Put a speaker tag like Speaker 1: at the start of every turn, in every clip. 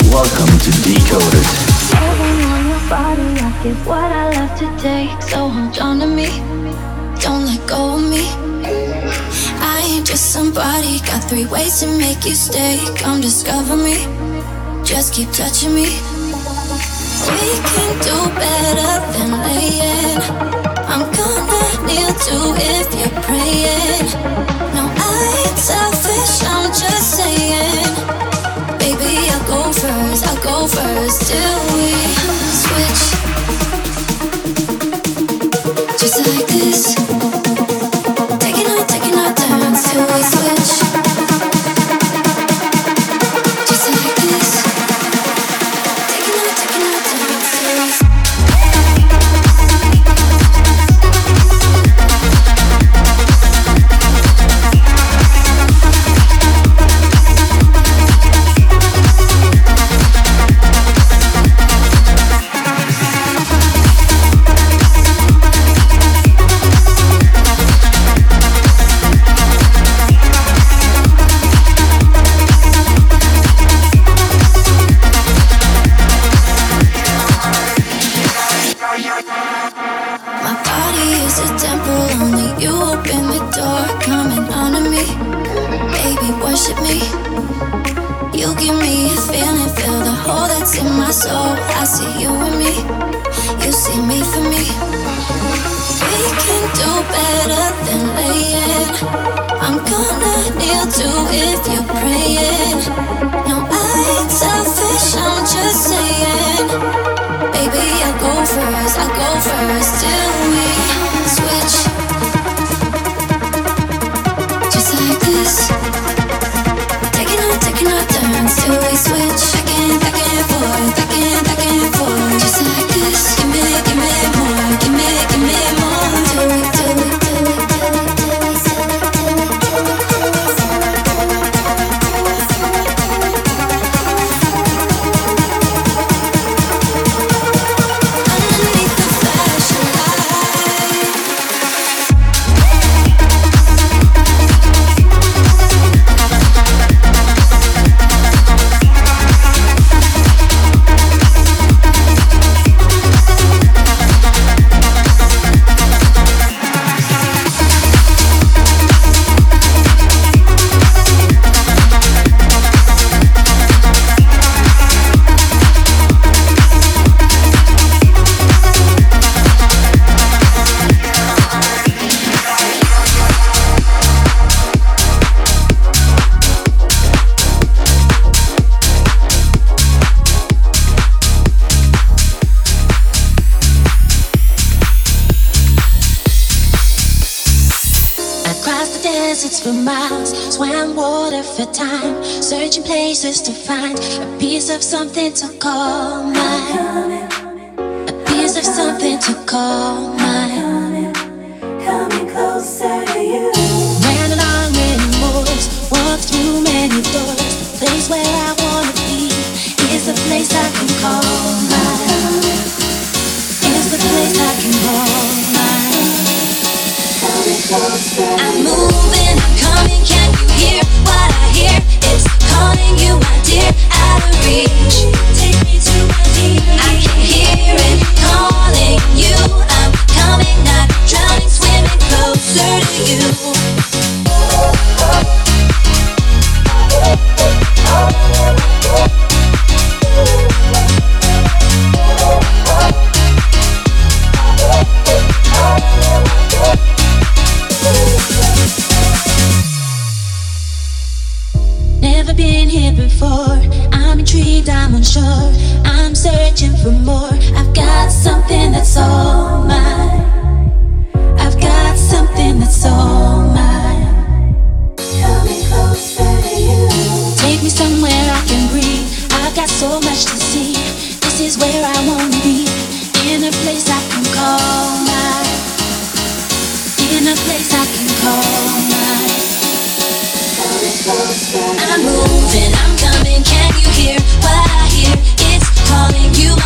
Speaker 1: to decode it.
Speaker 2: Heaven on your body, I give what I love to take. So hold on to me, don't let go of me. I ain't just somebody, got three ways to make you stay. Come discover me, just keep touching me. We can do better than laying. I'm gonna kneel to if you're praying. No, I ain't selfish, I'm just saying. Baby, I'll go first, I'll go first till we switch. Just like this. Taking our, taking our turns till we switch. Just like this. Taking our, taking our turns till we switch. My body is a temple, only you open the door. Coming on to me, baby, worship me. You give me a feeling, feel the hole that's in my soul. I see you and me, you see me for me. We can do better than laying. I'm gonna kneel to if you're praying. No, I ain't selfish, I'm just saying. Baby, I'll go first, I'll go first till we switch. Just like this. Taking our, taking our turns till we switch. Back and, back and forth, back and, back and forth. Just like this. Give me, give me more, give me, give me more. Till we, till we, till we, till we, till we, till we, till we, till we, till we, till we. Underneath the flashing lights.
Speaker 3: Across the deserts for miles, swam water for time, searching places to find a piece of something to call mine. A piece of something to call mine. Ran along many moors, walked through many doors. The place where I wanna be is the place I can call mine. Is the place I can call mine. I'm moving, I'm coming, can you hear what I hear? It's calling you, my dear, out of reach. Take me to my knees. I can hear it calling you. I'm coming, not drowning, swimming closer to you. Never been here before. I'm intrigued, I'm unsure. I'm searching for more. I've got something that's all mine. I've got something that's all mine. Take me somewhere I can breathe. I've got so much to see. This is where I wanna be. In a place I can call mine. In a place I can call mine. I'm moving, I'm coming. Can you hear what I hear? It's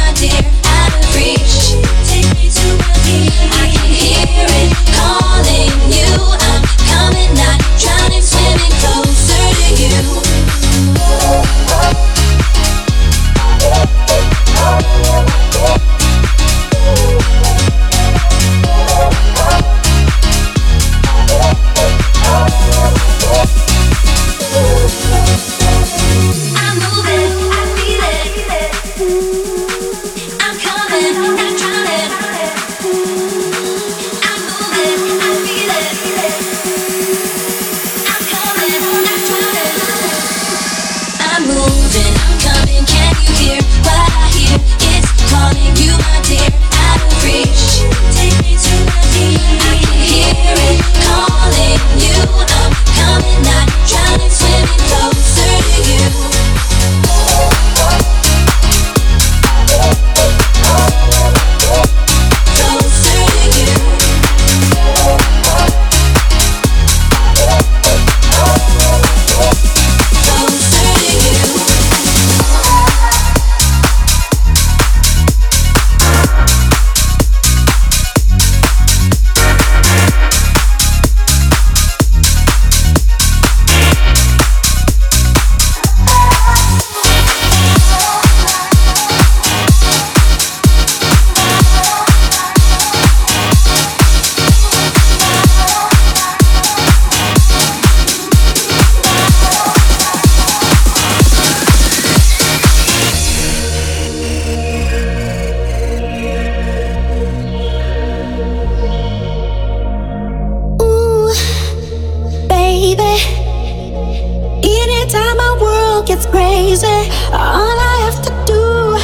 Speaker 3: say all I have to do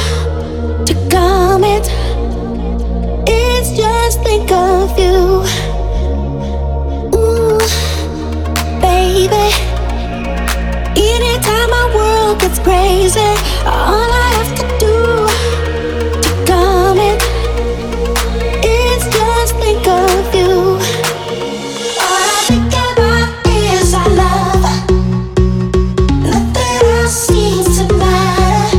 Speaker 3: to calm it is just think of you. Ooh, baby. Anytime my world gets crazy, all I have to do to calm it is just think of you. All I think about is our love. Nothing else seems to matter.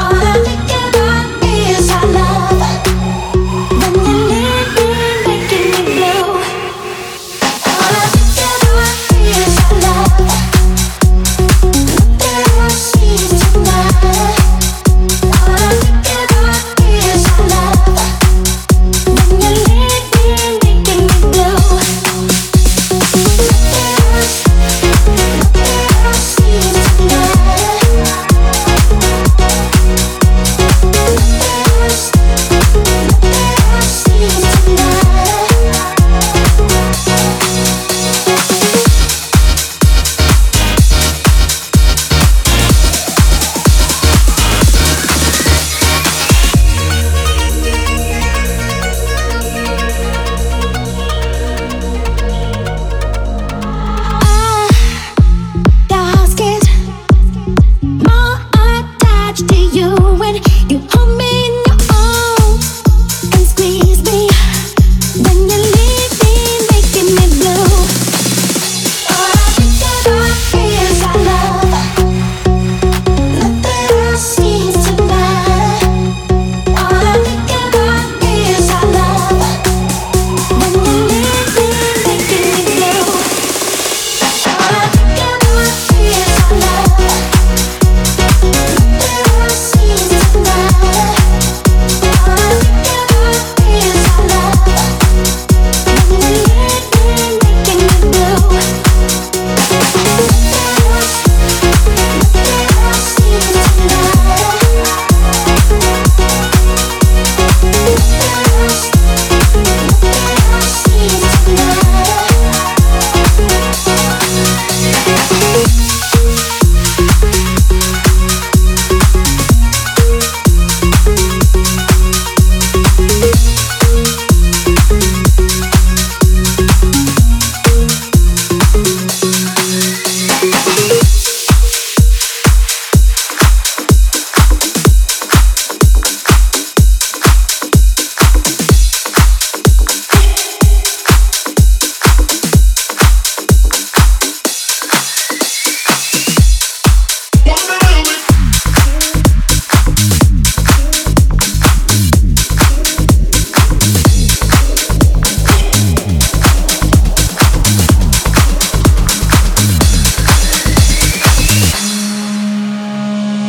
Speaker 3: All I think about is our love. When you're leaving, making me blue. All I think about is our love. Nothing else seems to matter. All I think about is our love. When you're leaving, making me blue. Nothing else, nothing else seems to matter. Nothing else. Ah.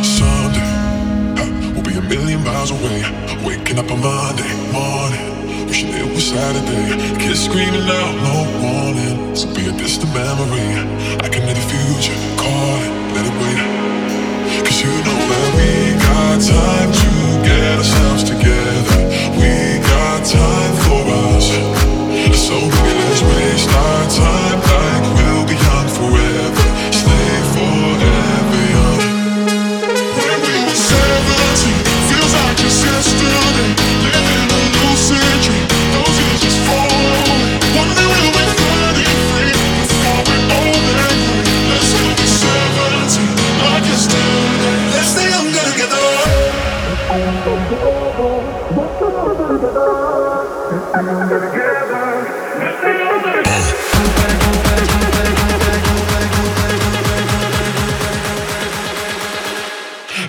Speaker 4: Someday, huh, we'll be a million miles away. Waking up on Monday morning, wishing it was Saturday. Kids screaming out, no warning. So be a distant memory. I can hear the future calling, let it wait. Cause you know that we got time to get ourselves together. We got time for us. So baby, let's waste our time like we'll be young forever. Stay forever young. When we were 17, feels like just yesterday. Living a lucid dream, those years just fall away. One day we'll be 33, before we're old and gray. Let's still be 17, like yesterday. Let's stay young together.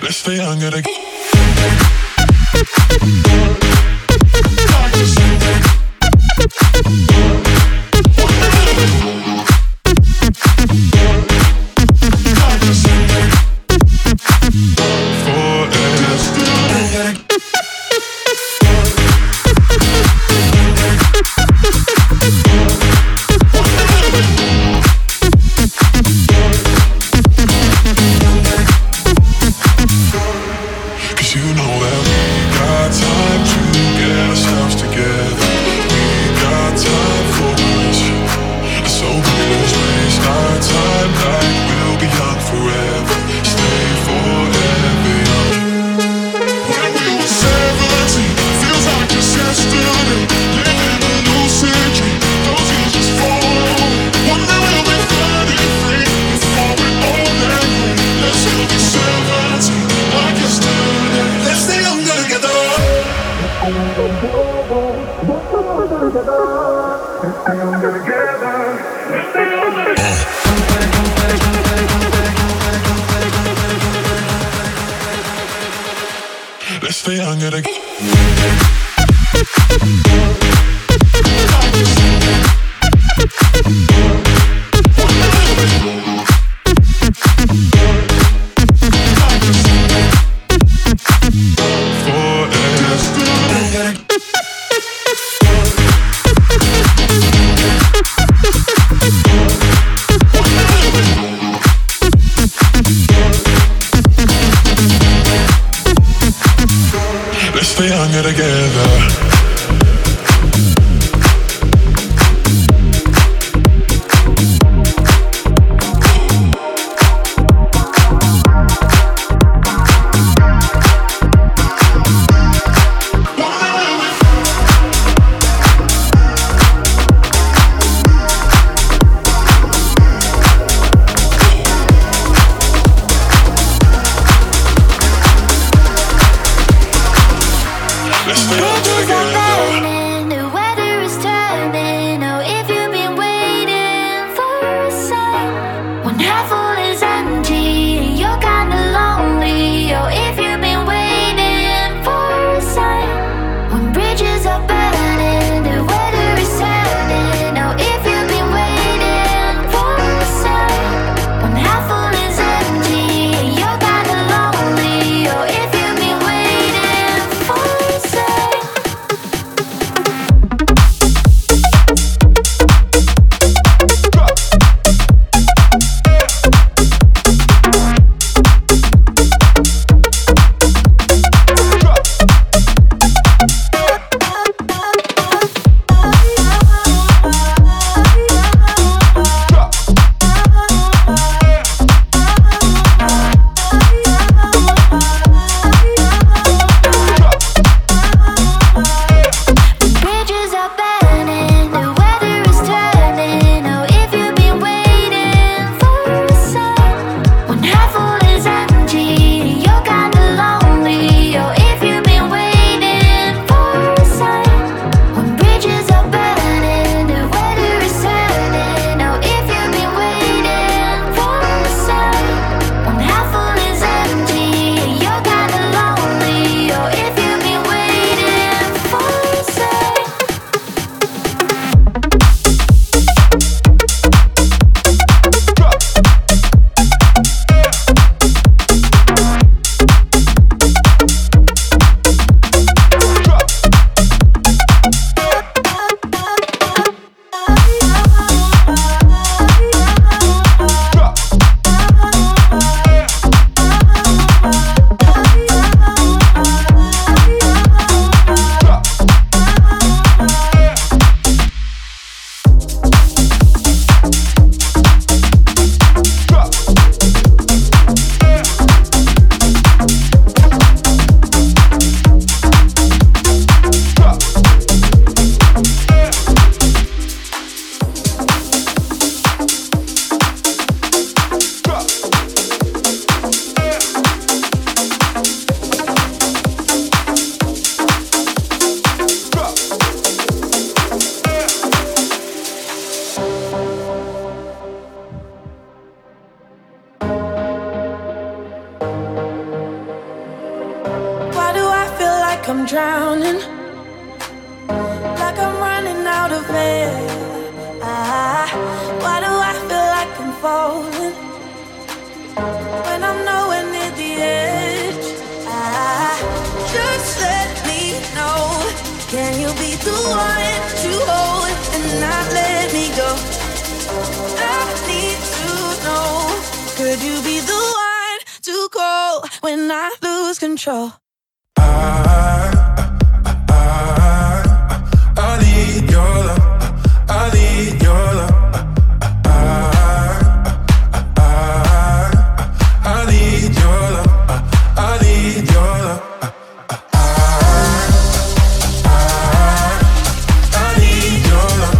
Speaker 4: Let's stay young together. Forever. Cause you know that we got time to get ourselves together. We got time for Let's stay younger together. Forever. Let's stay younger together. Let's stay younger together.
Speaker 3: The weather is turning. Oh, if you've been waiting for a sign, when half full is empty and you're kinda lonely. Oh, if you've been waiting for a sign, when bridges are burning, the weather is turning. Oh, if you've been waiting for a sign, when half full is empty and you're kinda lonely. Oh, if you've been waiting for a sign. Bridges are burning, the weather is turning. Oh, if you've been waiting for a sign, when half full is empty, you're kinda lonely. Oh, if you've been waiting for a sign, when bridges are burning, the weather is turning. Oh, if you've been waiting for a sign, when half full is empty, you're kinda lonely. Oh, if you've been waiting for a sign.
Speaker 5: Why do I feel like I'm drowning? Like I'm running out of air. Ah, why do I feel like I'm falling when I'm nowhere near the edge? Ah, just let me know. Can you be the one to hold and not let me go? I need to know. Could you be the one to call when I lose control?
Speaker 4: I need your love. I need your love. I need your love. I need your love. I need your love. I need your love.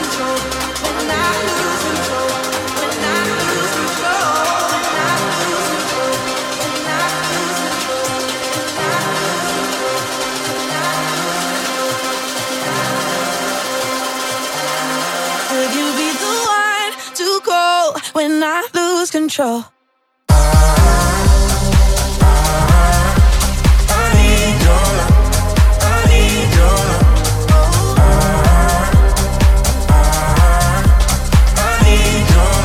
Speaker 5: control? When I lose control? When I lose control? When I lose control? When I lose control? When I lose control? When I lose control? Could you be the one to call when I lose control? I need your love. I need your love. I need your love.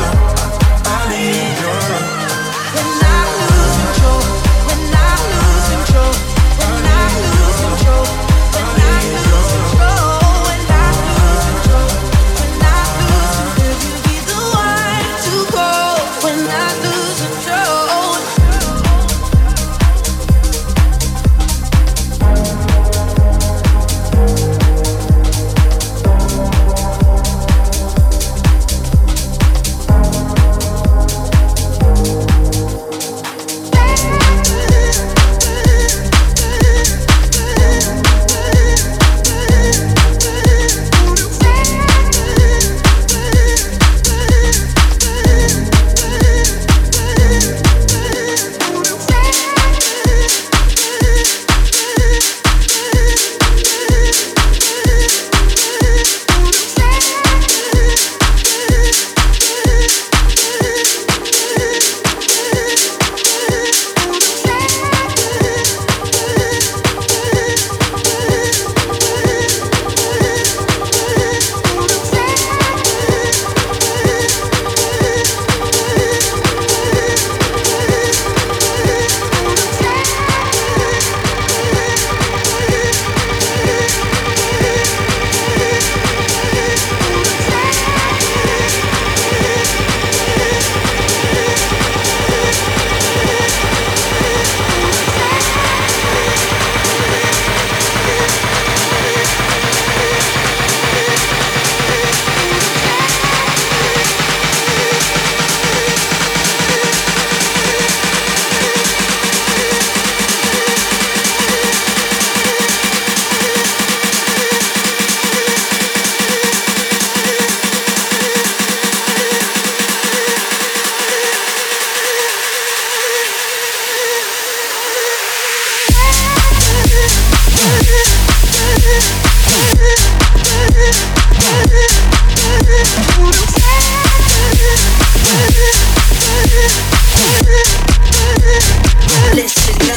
Speaker 5: I need your love. When I lose control. When I lose control. When I lose control. When I lose control. When I lose control. When I lose control. Could you be the one to call when I lose control?
Speaker 3: Listen.